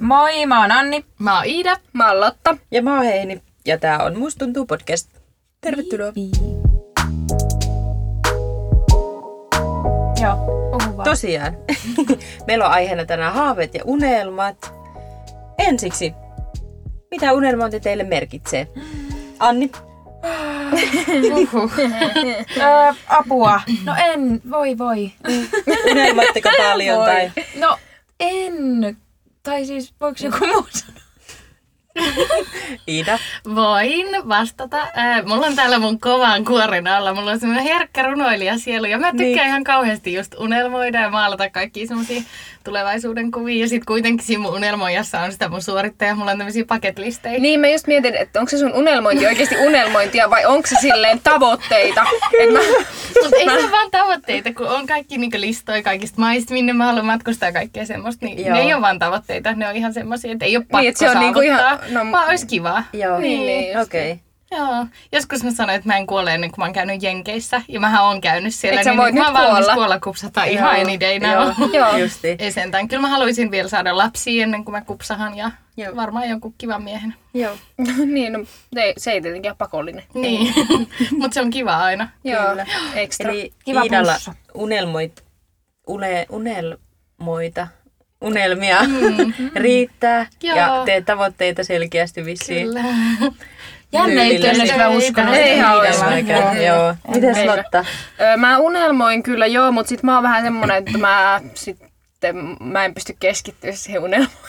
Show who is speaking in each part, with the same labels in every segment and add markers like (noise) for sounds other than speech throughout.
Speaker 1: Moi, mä oon Anni.
Speaker 2: Mä oon Iida. Mä oon Lotta.
Speaker 3: Ja mä oon Heini, ja tää on Musta tuntuu podcast. Tervetuloa.
Speaker 1: Joo, puhu vaan.
Speaker 3: Tosiaan, (laughs) meillä on aiheena tänään haaveet ja unelmat. Ensiksi, mitä unelmointi teille merkitsee? Anni,
Speaker 1: Ö, apua. No en, voi voi.
Speaker 3: unelmoitteko paljon? tai...
Speaker 1: No en, tai siis voiko joku muu sanoa?
Speaker 3: Iida,
Speaker 2: Voin vastata. Äh, mulla on täällä mun kovan kuoren alla. Mulla on semmoinen herkkä runoilija sielu. Ja mä tykkään niin. ihan kauheasti just unelmoida ja maalata kaikki semmoisia tulevaisuuden kuvia. Ja sit kuitenkin siinä mun unelmoijassa on sitä mun suoritteja. Mulla on tämmöisiä paketlistejä.
Speaker 4: Niin, mä just mietin, että onko se sun unelmointi oikeasti unelmointia vai onko se silleen tavoitteita? Et mä,
Speaker 2: Mutta ei se ole vaan tavoitteita, kun on kaikki niinku listoja kaikista maista, minne mä haluan matkustaa ja kaikkea semmoista. Niin
Speaker 3: Joo.
Speaker 2: ne ei ole vaan tavoitteita, ne on ihan semmoisia, että ei ole pakko
Speaker 4: Niin,
Speaker 2: niin,
Speaker 4: että se on niinku
Speaker 2: saavuttaa,
Speaker 4: ihan- no-
Speaker 2: no, vaan olisi kivaa.
Speaker 3: joo.
Speaker 2: Niin,
Speaker 4: niin just.
Speaker 3: Okei. Okay.
Speaker 2: Joo. Joskus mä sanoin, että mä en kuole ennen kuin mä oon käynyt Jenkeissä. Ja mähän oon käynyt siellä. niin
Speaker 4: Et sä voit
Speaker 2: mä
Speaker 4: nyt
Speaker 2: oon valmis
Speaker 4: kuolla.
Speaker 2: kuolla kupsata ihan
Speaker 3: Joo,
Speaker 2: any day now.
Speaker 3: (laughs) Joo,
Speaker 4: Joo.
Speaker 3: justi.
Speaker 2: (laughs) Ei sentään. Kyllä mä haluaisin vielä saada lapsia ennen kuin mä kupsahan ja
Speaker 3: Joo.
Speaker 2: varmaan jonkun kivan miehen.
Speaker 3: Joo.
Speaker 4: niin, (laughs) no, ei, se ei tietenkään ole pakollinen.
Speaker 2: Niin, (laughs) mutta se on kiva aina. (laughs)
Speaker 4: Joo, ekstra.
Speaker 3: Eli
Speaker 1: Kiva
Speaker 3: Iidalla
Speaker 1: plussa.
Speaker 3: unelmoit, une, unelmoita, unelmia (laughs) riittää
Speaker 2: Joo.
Speaker 3: ja teet tavoitteita selkeästi vissiin.
Speaker 2: Kyllä.
Speaker 1: Jännä
Speaker 3: Tyylillä.
Speaker 1: itse asiassa mä
Speaker 2: Ei,
Speaker 1: uskon.
Speaker 2: ei,
Speaker 1: että
Speaker 2: ei,
Speaker 1: Iidalla
Speaker 4: ihan
Speaker 1: on.
Speaker 4: olisi
Speaker 3: Joo. Joo. Mites
Speaker 4: Meillä.
Speaker 3: Lotta?
Speaker 4: Öö, mä unelmoin kyllä joo, mutta sit mä oon vähän semmonen, että mä sitten mä en pysty keskittyä siihen unelmointiin.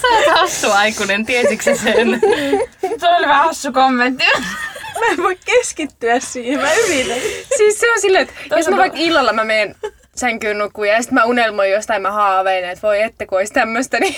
Speaker 2: Sä oot hassu aikuinen, tiesitkö sä
Speaker 4: (laughs)
Speaker 2: sen?
Speaker 1: Se oli vähän hassu kommentti.
Speaker 3: Mä en voi keskittyä siihen, mä yritän.
Speaker 4: Siis se on silleen, että jos mä vaikka illalla mä menen sänkyyn nukkuun ja sit mä unelmoin jostain mä haaveilen, että voi että kun olisi tämmöstä, niin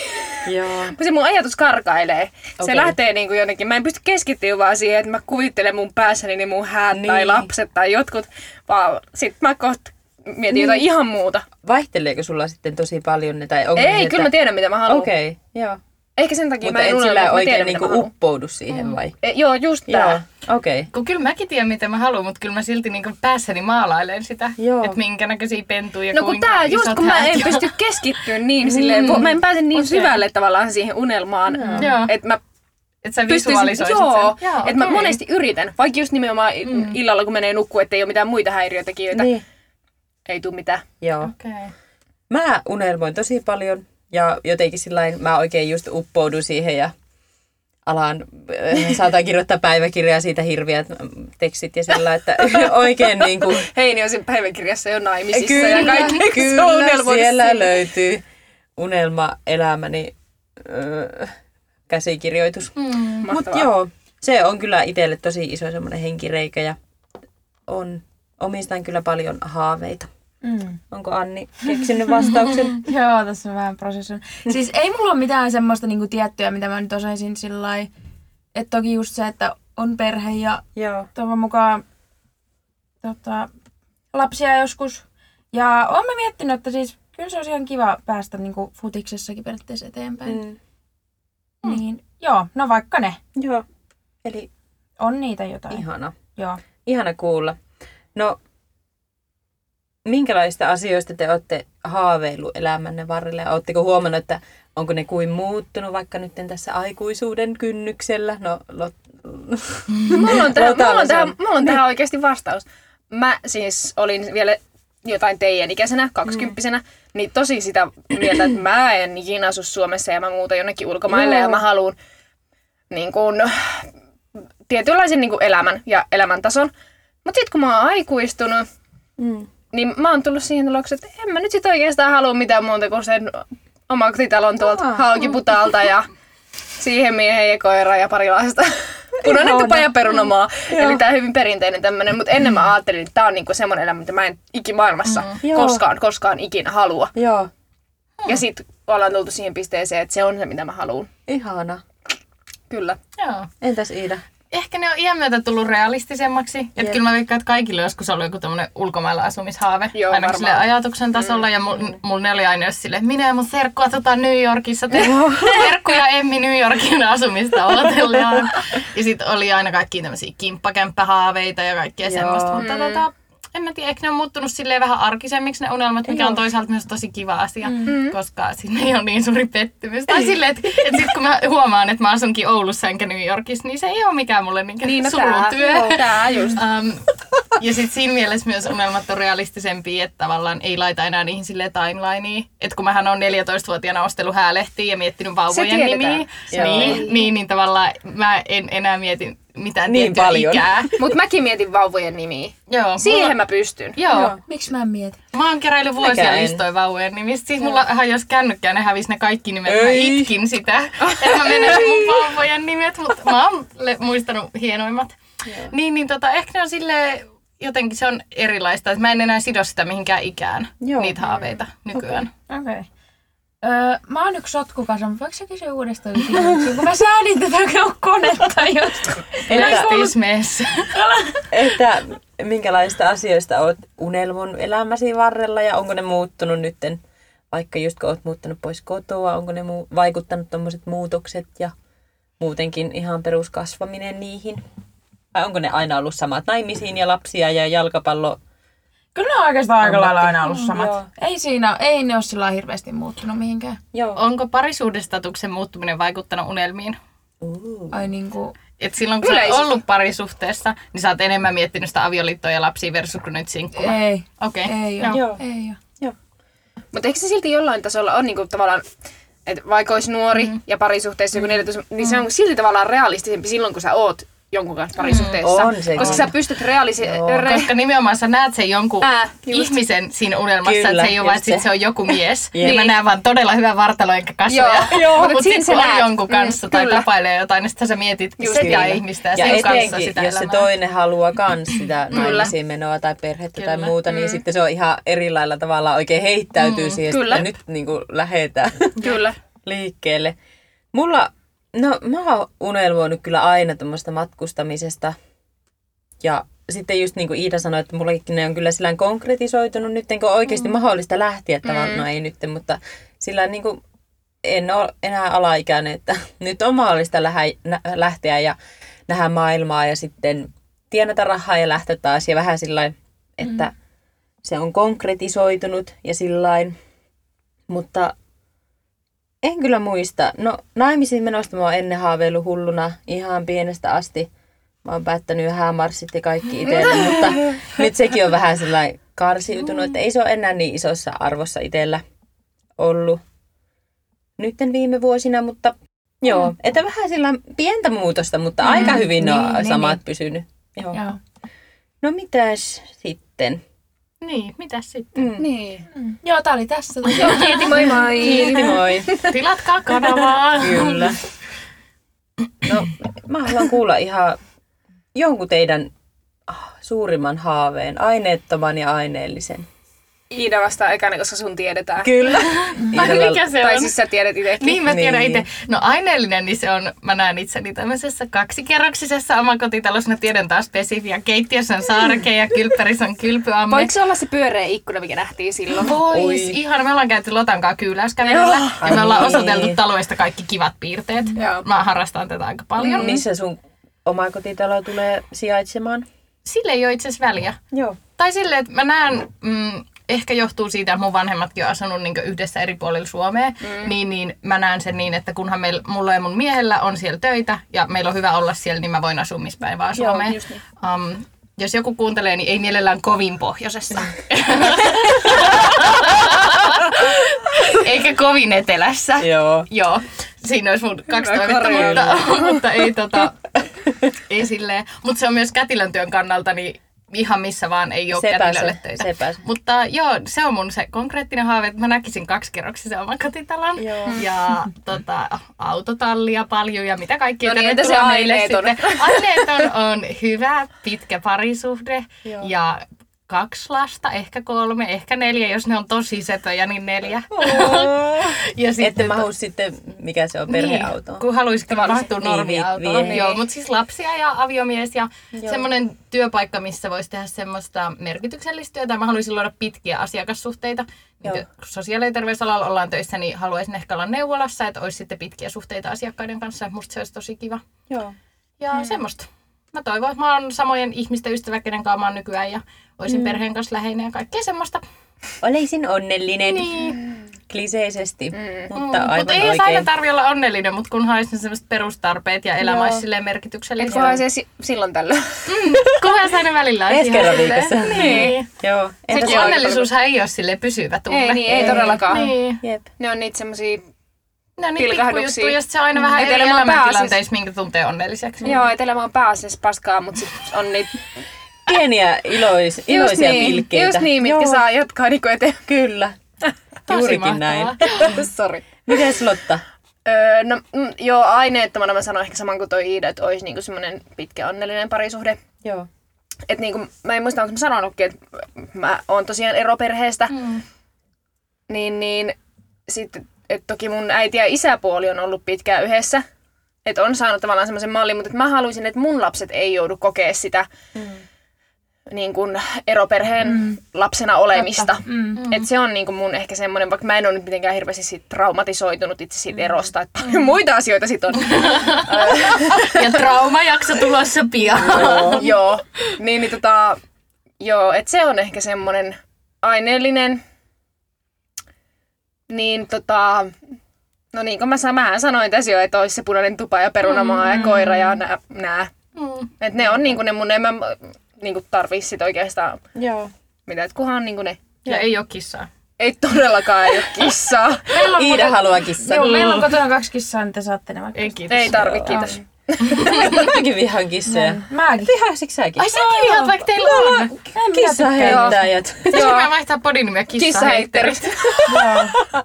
Speaker 3: Joo.
Speaker 4: Mutta se mun ajatus karkailee. Okay.
Speaker 3: Okei.
Speaker 4: Se lähtee niinku jonnekin. Mä en pysty keskittyä vaan siihen, että mä kuvittelen mun päässäni niin mun häät niin. tai
Speaker 3: Niin.
Speaker 4: lapset tai jotkut. Vaan sit mä kohta mietin niin. jotain ihan muuta.
Speaker 3: Vaihteleeko sulla sitten tosi paljon ne? Tai onko
Speaker 4: Ei,
Speaker 3: niin,
Speaker 4: kyllä mä tiedän mitä mä haluan. Okay.
Speaker 3: Okei, okay, joo.
Speaker 4: Ehkä sen takia
Speaker 3: Mutta
Speaker 4: mä en
Speaker 3: et
Speaker 4: unelma,
Speaker 3: sillä
Speaker 4: mutta mä
Speaker 3: oikein
Speaker 4: tiedän niinku
Speaker 3: niinku
Speaker 4: mitä mä haluan.
Speaker 3: uppoudu siihen vai?
Speaker 4: E, joo, just
Speaker 3: Joo,
Speaker 4: tää.
Speaker 3: okei. Okay.
Speaker 2: Kun kyllä mäkin tiedän, mitä mä haluan, mutta kyllä mä silti niinku päässäni maalailen sitä,
Speaker 3: Joo.
Speaker 2: että minkä näköisiä pentuja,
Speaker 4: No kun
Speaker 2: kuinka
Speaker 4: tää,
Speaker 2: isot
Speaker 4: just kun mä
Speaker 2: häät
Speaker 4: en
Speaker 2: ja-
Speaker 4: pysty keskittyä niin silleen, mm. mä en pääse niin okay.
Speaker 2: Okei.
Speaker 4: syvälle tavallaan siihen unelmaan,
Speaker 2: Joo.
Speaker 4: että mä
Speaker 2: (laughs) Että sä
Speaker 4: pystyisin,
Speaker 2: visualisoisit
Speaker 4: joo,
Speaker 2: sen.
Speaker 4: että mä
Speaker 2: okei.
Speaker 4: monesti yritän, vaikka just nimenomaan mm. illalla kun menee nukkua, ettei ole mitään muita häiriötekijöitä, niin.
Speaker 3: Niin.
Speaker 4: ei tuu mitään.
Speaker 3: Joo.
Speaker 2: Okei.
Speaker 3: Mä unelmoin tosi paljon ja jotenkin sillain mä oikein just uppoudun siihen ja alan, äh, saatan kirjoittaa päiväkirjaa siitä hirviät mm, tekstit ja sillä, että (laughs) oikein niin kuin,
Speaker 4: Heini on siinä päiväkirjassa jo naimisissa
Speaker 3: kyllä,
Speaker 4: ja kaikki Siis se
Speaker 3: kyllä
Speaker 4: on unelmoinut
Speaker 3: siellä
Speaker 4: sinne.
Speaker 3: löytyy unelma elämäni äh, käsikirjoitus.
Speaker 2: Mm.
Speaker 3: Mutta
Speaker 4: Mahtavaa.
Speaker 3: joo, se on kyllä itselle tosi iso semmoinen henkireikä ja on, omistan kyllä paljon haaveita.
Speaker 1: Mm.
Speaker 3: Onko Anni keksinyt vastauksen?
Speaker 4: (laughs)
Speaker 1: Joo, tässä on vähän prosessoinut. Siis ei mulla ole mitään semmoista niinku tiettyä, mitä mä nyt osaisin sillä Että toki just se, että on perhe ja
Speaker 3: joo.
Speaker 1: toivon mukaan tota, lapsia joskus. Ja oon mä miettinyt, että siis kyllä se olisi ihan kiva päästä niinku futiksessakin periaatteessa eteenpäin.
Speaker 3: Mm.
Speaker 1: Mm. Niin, joo, no vaikka ne.
Speaker 3: Joo. Eli
Speaker 1: On niitä jotain.
Speaker 3: Ihana.
Speaker 1: Joo.
Speaker 3: Ihana kuulla. No, minkälaista asioista te olette haaveillut elämänne varrella? Ja Oletteko huomannut, että onko ne kuin muuttunut vaikka nyt tässä aikuisuuden kynnyksellä? No, lot... (laughs)
Speaker 4: Mulla on tähän,
Speaker 3: Lotalla
Speaker 4: mulla on
Speaker 3: se Niin. on.
Speaker 4: tähän, mulla on tähän oikeasti vastaus. Mä siis olin vielä jotain teidän ikäisenä, kaksikymppisenä, niin tosi sitä mieltä, että mä en ikinä asu Suomessa ja mä muuta jonnekin ulkomaille ja mä haluan niin kun, tietynlaisen niin kun elämän ja elämäntason. Mutta sitten kun mä oon aikuistunut,
Speaker 3: Mm.
Speaker 4: niin mä oon tullut siihen tulokseen, että en mä nyt sit oikeastaan halua mitään muuta kuin sen omakotitalon tuolta
Speaker 3: Aa. (laughs)
Speaker 4: haukiputaalta ja siihen miehen ja koira ja pari lasta. Punainen
Speaker 3: Ihana.
Speaker 4: tupa ja perunamaa. Eli tää on hyvin perinteinen tämmönen, mutta ennen mä ajattelin, että tää on niinku semmonen elämä, mitä mä en ikimaailmassa
Speaker 3: Joo.
Speaker 4: koskaan, koskaan ikinä halua.
Speaker 3: Joo,
Speaker 4: Ja sit ollaan tultu siihen pisteeseen, että se on se, mitä mä haluan.
Speaker 3: ihana.
Speaker 4: Kyllä.
Speaker 2: Joo.
Speaker 3: Entäs Iida?
Speaker 2: Ehkä ne on iän myötä tullut realistisemmaksi. Että
Speaker 3: Jep.
Speaker 2: kyllä mä veikkaan, että kaikilla on joskus ollut joku tämmöinen ulkomailla asumishaave.
Speaker 4: Joo,
Speaker 2: ainakin
Speaker 4: varmaan. Mm.
Speaker 2: sille ajatuksen tasolla. Ja mul, mul ne oli aina jos silleen, minä ja mun serkku asutaan New Yorkissa. Te, (laughs) serkku ja Emmi New Yorkin asumista odotellaan. ja sitten oli aina kaikki tämmöisiä kimppakämppähaaveita ja kaikkea
Speaker 3: Joo.
Speaker 4: Mm.
Speaker 2: semmoista. Mutta tota, en mä tiedä, ehkä ne on muuttunut silleen vähän arkisemmiksi ne unelmat, mikä on toisaalta myös tosi kiva asia, mm. koska sinne ei ole niin suuri pettymys. Tai silleen, että et sit kun mä huomaan, että mä asunkin Oulussa enkä New Yorkissa, niin se ei ole mikään mulle niin
Speaker 4: Niin, no tää,
Speaker 2: surutyö.
Speaker 4: joo, tää just.
Speaker 2: Um, ja sitten siinä mielessä myös unelmat on realistisempia, että tavallaan ei laita enää niihin sille timelinea. Että kun mähän on 14-vuotiaana ostellut häälehtiä ja miettinyt
Speaker 4: Se
Speaker 2: vauvojen
Speaker 4: tiedetään.
Speaker 2: nimiä,
Speaker 3: Se
Speaker 2: niin, niin, niin tavallaan mä en enää mieti mitään
Speaker 3: Niin
Speaker 2: tiettyä
Speaker 3: paljon.
Speaker 4: (laughs)
Speaker 2: ikää.
Speaker 4: (laughs) Mut mäkin mietin vauvojen nimiä.
Speaker 2: Joo,
Speaker 4: Siihen
Speaker 2: mulla,
Speaker 4: mä pystyn.
Speaker 2: joo. joo.
Speaker 3: Joo.
Speaker 1: Miksi mä en mieti?
Speaker 2: Mä oon keräillyt
Speaker 3: Mäkään
Speaker 2: vuosia
Speaker 3: en.
Speaker 2: listoja vauvojen nimistä. Siis mulla jos kännykkään, ne hävisi ne kaikki nimet. Mä
Speaker 3: Ei.
Speaker 2: itkin sitä, että mä menetin mun vauvojen nimet, mutta mä oon le- muistanut hienoimmat. Niin, niin tota, ehkä ne on silleen, jotenkin se on erilaista. Että mä en enää sido sitä mihinkään ikään,
Speaker 3: Joo.
Speaker 2: niitä haaveita nykyään.
Speaker 1: Okei. Okay. Öö, mä oon yksi sotkukasa, mutta voiko sä kysyä uudestaan kysymyksiä? Kun mä säädin tätä konetta just.
Speaker 3: Entä,
Speaker 2: Okay. Business.
Speaker 3: että minkälaista asioista oot unelmon elämäsi varrella ja onko ne muuttunut nytten? Vaikka just kun oot muuttanut pois kotoa, onko ne muu- vaikuttanut tuommoiset muutokset ja muutenkin ihan peruskasvaminen niihin? Vai onko ne aina ollut samat naimisiin ja lapsia ja jalkapallo?
Speaker 1: Kyllä ne on oikeastaan aika lailla
Speaker 3: Ammatti.
Speaker 1: aina ollut samat.
Speaker 3: Joo.
Speaker 1: Ei siinä, ei ne ole sillä lailla hirveästi muuttunut mihinkään.
Speaker 3: Joo.
Speaker 2: (laughs) Onko parisuudestatuksen muuttuminen vaikuttanut unelmiin?
Speaker 3: Uh.
Speaker 1: Ai niinku,
Speaker 2: Et silloin kun sä oot
Speaker 4: Yleisesti.
Speaker 2: ollut parisuhteessa, niin sä oot enemmän miettinyt sitä avioliittoa ja lapsia versus kun nyt sinkkuna.
Speaker 1: ei.
Speaker 2: Okei.
Speaker 1: Ei
Speaker 2: Joo.
Speaker 1: oo,
Speaker 3: Joo.
Speaker 1: ei oo.
Speaker 3: Joo.
Speaker 4: Mutta eikö se silti jollain tasolla on niinku tavallaan, että vaikka olisi nuori mm. ja parisuhteessa joku 14, niin se on silti tavallaan realistisempi silloin, kun sä oot jonkun kanssa parisuhteessa.
Speaker 3: On se
Speaker 4: koska
Speaker 3: kyllä.
Speaker 4: sä pystyt realisi-
Speaker 3: Joo.
Speaker 4: re-
Speaker 2: Koska nimenomaan sä näet sen jonkun
Speaker 4: Ää, just.
Speaker 2: ihmisen siinä unelmassa,
Speaker 3: Kyllä,
Speaker 2: että se ei ole vaan,
Speaker 3: just
Speaker 2: että sit
Speaker 3: se.
Speaker 2: se on joku mies.
Speaker 3: (laughs) Jep.
Speaker 2: niin. Mä
Speaker 4: Niin.
Speaker 2: näen vaan todella hyvän vartalo enkä kasvoja.
Speaker 4: Joo, joo. Mut
Speaker 2: Mutta sit
Speaker 4: siinä sä
Speaker 2: kun on
Speaker 4: näet.
Speaker 2: jonkun
Speaker 4: Mm,
Speaker 2: kanssa tai
Speaker 4: kyllä.
Speaker 2: tapailee jotain, niin sitten sä mietit
Speaker 4: Just
Speaker 2: sitä
Speaker 4: kyllä.
Speaker 2: ihmistä ja,
Speaker 3: Ja
Speaker 2: sen kanssa
Speaker 3: etenkin,
Speaker 2: sitä
Speaker 3: jos se
Speaker 2: elämää.
Speaker 3: toinen haluaa kans sitä naimisiin menoa tai perhettä
Speaker 2: Kyllä. Mm.
Speaker 3: tai muuta, niin sitten se on ihan eri lailla tavallaan oikein heittäytyy mm, siihen,
Speaker 4: Kyllä.
Speaker 3: että nyt niin kuin lähetään
Speaker 4: Kyllä.
Speaker 3: liikkeelle. Mulla, no mä oon unelmoinut kyllä aina tuommoista matkustamisesta. Ja sitten just niin kuin Iida sanoi, että mullekin ne on kyllä sillä lailla konkretisoitunut nyt, kun on oikeasti mm. mahdollista lähteä tavallaan, no ei nyt, mutta sillä niin kuin en ole enää alaikäinen, että (laughs) nyt on mahdollista lähä, nä, lähteä ja nähdä maailmaa ja sitten tienata rahaa ja lähteä taas ja vähän sillä että mm. se on konkretisoitunut ja sillain. Mutta en kyllä muista. No naimisiin menosta mä oon ennen haaveillut hulluna ihan pienestä asti. Mä oon päättänyt häämarssit ja kaikki itselle, mutta nyt sekin on vähän sellainen karsiutunut, että ei se ole enää niin isossa arvossa itsellä ollut. Nytten viime vuosina, mutta joo, että vähän sillä pientä muutosta, mutta aika hyvin ne on
Speaker 1: Mm. niin,
Speaker 3: samat pysynyt. Joo.
Speaker 1: Joo.
Speaker 3: No mitäs
Speaker 1: (laughs)
Speaker 3: sitten?
Speaker 2: Niin, mitä sitten?
Speaker 4: (laughs) Niin.
Speaker 1: Mm. Joo, tää oli tässä.
Speaker 4: Joo, kiitti, moi moi.
Speaker 3: Kiitti moi.
Speaker 2: Tilatkaa kanavaa.
Speaker 3: Kyllä. No, mä haluan kuulla ihan jonkun teidän ah, suurimman haaveen, aineettoman ja aineellisen.
Speaker 4: Iida vastaa ekana, koska sun tiedetään.
Speaker 3: (laughs) Kyllä.
Speaker 2: Mikä se
Speaker 4: Tai
Speaker 2: on?
Speaker 4: siis sä tiedät itsekin.
Speaker 2: Niin, mä tiedän
Speaker 3: Niin.
Speaker 2: itse. No aineellinen, niin se on, mä näen itseni tämmöisessä kaksikerroksisessa omakotitalossa. Mä tiedän taas spesifiä. Keittiössä on saareke ja kylppärissä on kylpyamme.
Speaker 4: Voiko se olla se pyöreä ikkuna, mikä nähtiin silloin?
Speaker 2: Voi,
Speaker 3: Oi.
Speaker 2: ihan. Me ollaan käyty Lotan kanssa kyyläyskävelyllä ja me ollaan
Speaker 3: Ai
Speaker 2: osoiteltu
Speaker 3: niin.
Speaker 2: taloista kaikki kivat piirteet.
Speaker 4: Joo.
Speaker 2: Mä harrastan tätä aika paljon.
Speaker 3: Missä sun omakotitalo tulee sijaitsemaan?
Speaker 2: Sille ei ole itse asiassa väliä.
Speaker 3: Joo.
Speaker 2: Tai silleen, että mä näen, mm, ehkä johtuu siitä, että mun vanhemmatkin on asunut niin yhdessä eri puolilla Suomea, mm. niin, niin mä näen sen niin, että kunhan meillä, mulla ja mun miehellä on siellä töitä ja meillä on hyvä olla siellä, niin mä voin asua missä päin vaan Suomeen.
Speaker 4: just niin.
Speaker 2: um, jos joku kuuntelee, niin ei mielellään kovin pohjoisessa.
Speaker 4: (laughs)
Speaker 2: Eikä kovin etelässä.
Speaker 3: Joo.
Speaker 2: Joo, siinä olisi mun kaksi
Speaker 4: Hyvä
Speaker 2: toivetta,
Speaker 4: korjaus.
Speaker 2: mutta, mutta ei tota, ei silleen. Mutta se on myös kätilön työn kannalta, niin ihan missä vaan ei ole
Speaker 3: Sepä
Speaker 2: kätilölle
Speaker 3: se,
Speaker 2: töitä.
Speaker 3: sepä se.
Speaker 2: Mutta joo, se on mun se konkreettinen haave, että mä näkisin kaksikerroksisen oman kotitalon
Speaker 3: Joo.
Speaker 2: ja tota, autotallia paljon ja mitä kaikkea.
Speaker 4: No niin, entä se
Speaker 2: Tervetuloa meille
Speaker 4: aineeton?
Speaker 2: sitten. Aineeton on hyvä, pitkä parisuhde
Speaker 3: Joo.
Speaker 2: ja kaksi lasta, ehkä kolme, ehkä neljä, jos ne on tosi söpöjä, niin neljä. Ja
Speaker 3: Ette
Speaker 2: sitten
Speaker 3: mahu sitten, mikä se on, perheauto.
Speaker 2: niin, kun haluaisit mahtua
Speaker 3: Niin,
Speaker 2: normiautoon.
Speaker 3: vie-
Speaker 2: Niin,
Speaker 3: vie.
Speaker 2: Joo, mutta siis lapsia ja aviomies ja semmoinen työpaikka, missä voisi tehdä semmoista merkityksellistä työtä. Mä haluaisin luoda pitkiä asiakassuhteita. Niin
Speaker 3: Joo.
Speaker 2: kuin sosiaali- ja terveysalalla ollaan töissä, niin haluaisin ehkä olla neuvolassa, että olisi sitten pitkiä suhteita asiakkaiden kanssa. Musta se olisi tosi kiva.
Speaker 3: Joo.
Speaker 2: Ja hmm. semmoista. mä toivon, että mä oon samojen ihmisten ystävä, kenen kanssa mä oon nykyään ja olisin
Speaker 3: Hmm.
Speaker 2: mm. perheen kanssa läheinen ja kaikkea semmoista.
Speaker 3: Olisin onnellinen.
Speaker 2: Niin.
Speaker 3: Kliseisesti, mm. mutta
Speaker 2: Mm,
Speaker 3: aivan
Speaker 2: mutta ei se aina
Speaker 3: oikein.
Speaker 2: tarvi olla onnellinen, mutta kunhan olisi ne semmoiset perustarpeet ja elämä olisi silleen merkityksellinen.
Speaker 4: Et kunhan se si- silloin tällöin.
Speaker 2: Kunhan se aina välillä olisi
Speaker 3: Ensi
Speaker 2: ihan
Speaker 3: kerran
Speaker 2: silleen.
Speaker 3: viikossa.
Speaker 2: Niin.
Speaker 3: Joo.
Speaker 2: Se,
Speaker 3: Entäs
Speaker 2: kun onnellisuushan ei ole sille pysyvä tunne.
Speaker 4: Ei, niin, ei todellakaan.
Speaker 2: Niin.
Speaker 3: Jep.
Speaker 4: Ne on niitä semmosia,
Speaker 2: Ne on niin
Speaker 4: Pilkahduksia.
Speaker 2: pikkujuttuja, ja sit se on aina vähän
Speaker 4: Et
Speaker 2: eri
Speaker 4: elämä on
Speaker 2: elämäntilanteissa, minkä tuntee onnelliseksi.
Speaker 4: joo, et elämä on pääasiassa paskaa, mutta sit on niitä
Speaker 3: Pieniä ilois,
Speaker 4: just
Speaker 3: iloisia
Speaker 4: niin,
Speaker 3: pilkkeitä.
Speaker 4: Just niin, mitkä
Speaker 3: Joo.
Speaker 4: saa jatkaa niinku eteen.
Speaker 3: Kyllä. Juurikin näin.
Speaker 2: mahtavaa.
Speaker 4: Sori.
Speaker 3: Mites Lotta?
Speaker 4: Öö, no, mm, joo, aineettomana mä sanon ehkä saman kuin toi Iida, että olisi niinku semmoinen pitkä onnellinen parisuhde.
Speaker 3: Joo.
Speaker 4: Et niinku, mä en muista, onko mä sanonutkin, että mä oon tosiaan eroperheestä. Mm. Niin, niin sitten, että toki mun äiti ja isäpuoli on ollut pitkään yhdessä. Että on saanut tavallaan semmoisen mallin, mutta et mä haluaisin, että mun lapset ei joudu kokea sitä mm. niin kun eroperheen mm. lapsena olemista. Mm. Et se on niin kun mun ehkä semmoinen, vaikka mä en ole nyt mitenkään hirveästi sit traumatisoitunut itse siitä erosta, että paljon (laughs) muita asioita sit on.
Speaker 2: Ja traumajakso tulossa pian.
Speaker 4: joo. Niin, niin tota, joo, et se on ehkä semmonen aineellinen. Niin tota, no niin kuin mä, sa- mähän sanoin tässä jo, että olisi se punainen tupa ja perunamaa ja koira ja nää. nää.
Speaker 2: Mm.
Speaker 4: Et ne on niinku ne mun, en mä niinku tarvii sit oikeastaan
Speaker 3: Joo.
Speaker 4: mitä, et kunhan niinku ne
Speaker 2: Ja ei ole kissaa.
Speaker 4: ei todellakaan ei ole (laughs) kissaa.
Speaker 1: Meillä on,
Speaker 3: Iida haluaa kissan.
Speaker 1: Joo, meillä on kotona kaksi kissaa, niin te saatte ne vaikka.
Speaker 2: Ei kiitos.
Speaker 4: ei tarvi, kiitos.
Speaker 3: Mäkin vihaan kissoja.
Speaker 1: Mäkin.
Speaker 3: Vihaisikö säkin?
Speaker 2: Ai säkin vihaat, vaikka teillä on.
Speaker 1: En minä
Speaker 3: Kissa
Speaker 1: tykkää.
Speaker 3: heittäjät.
Speaker 2: Pitäisikö mä vaihtaa podinimiä kissaheitterit?
Speaker 4: Kissaheitterit.
Speaker 1: (laughs) Joo.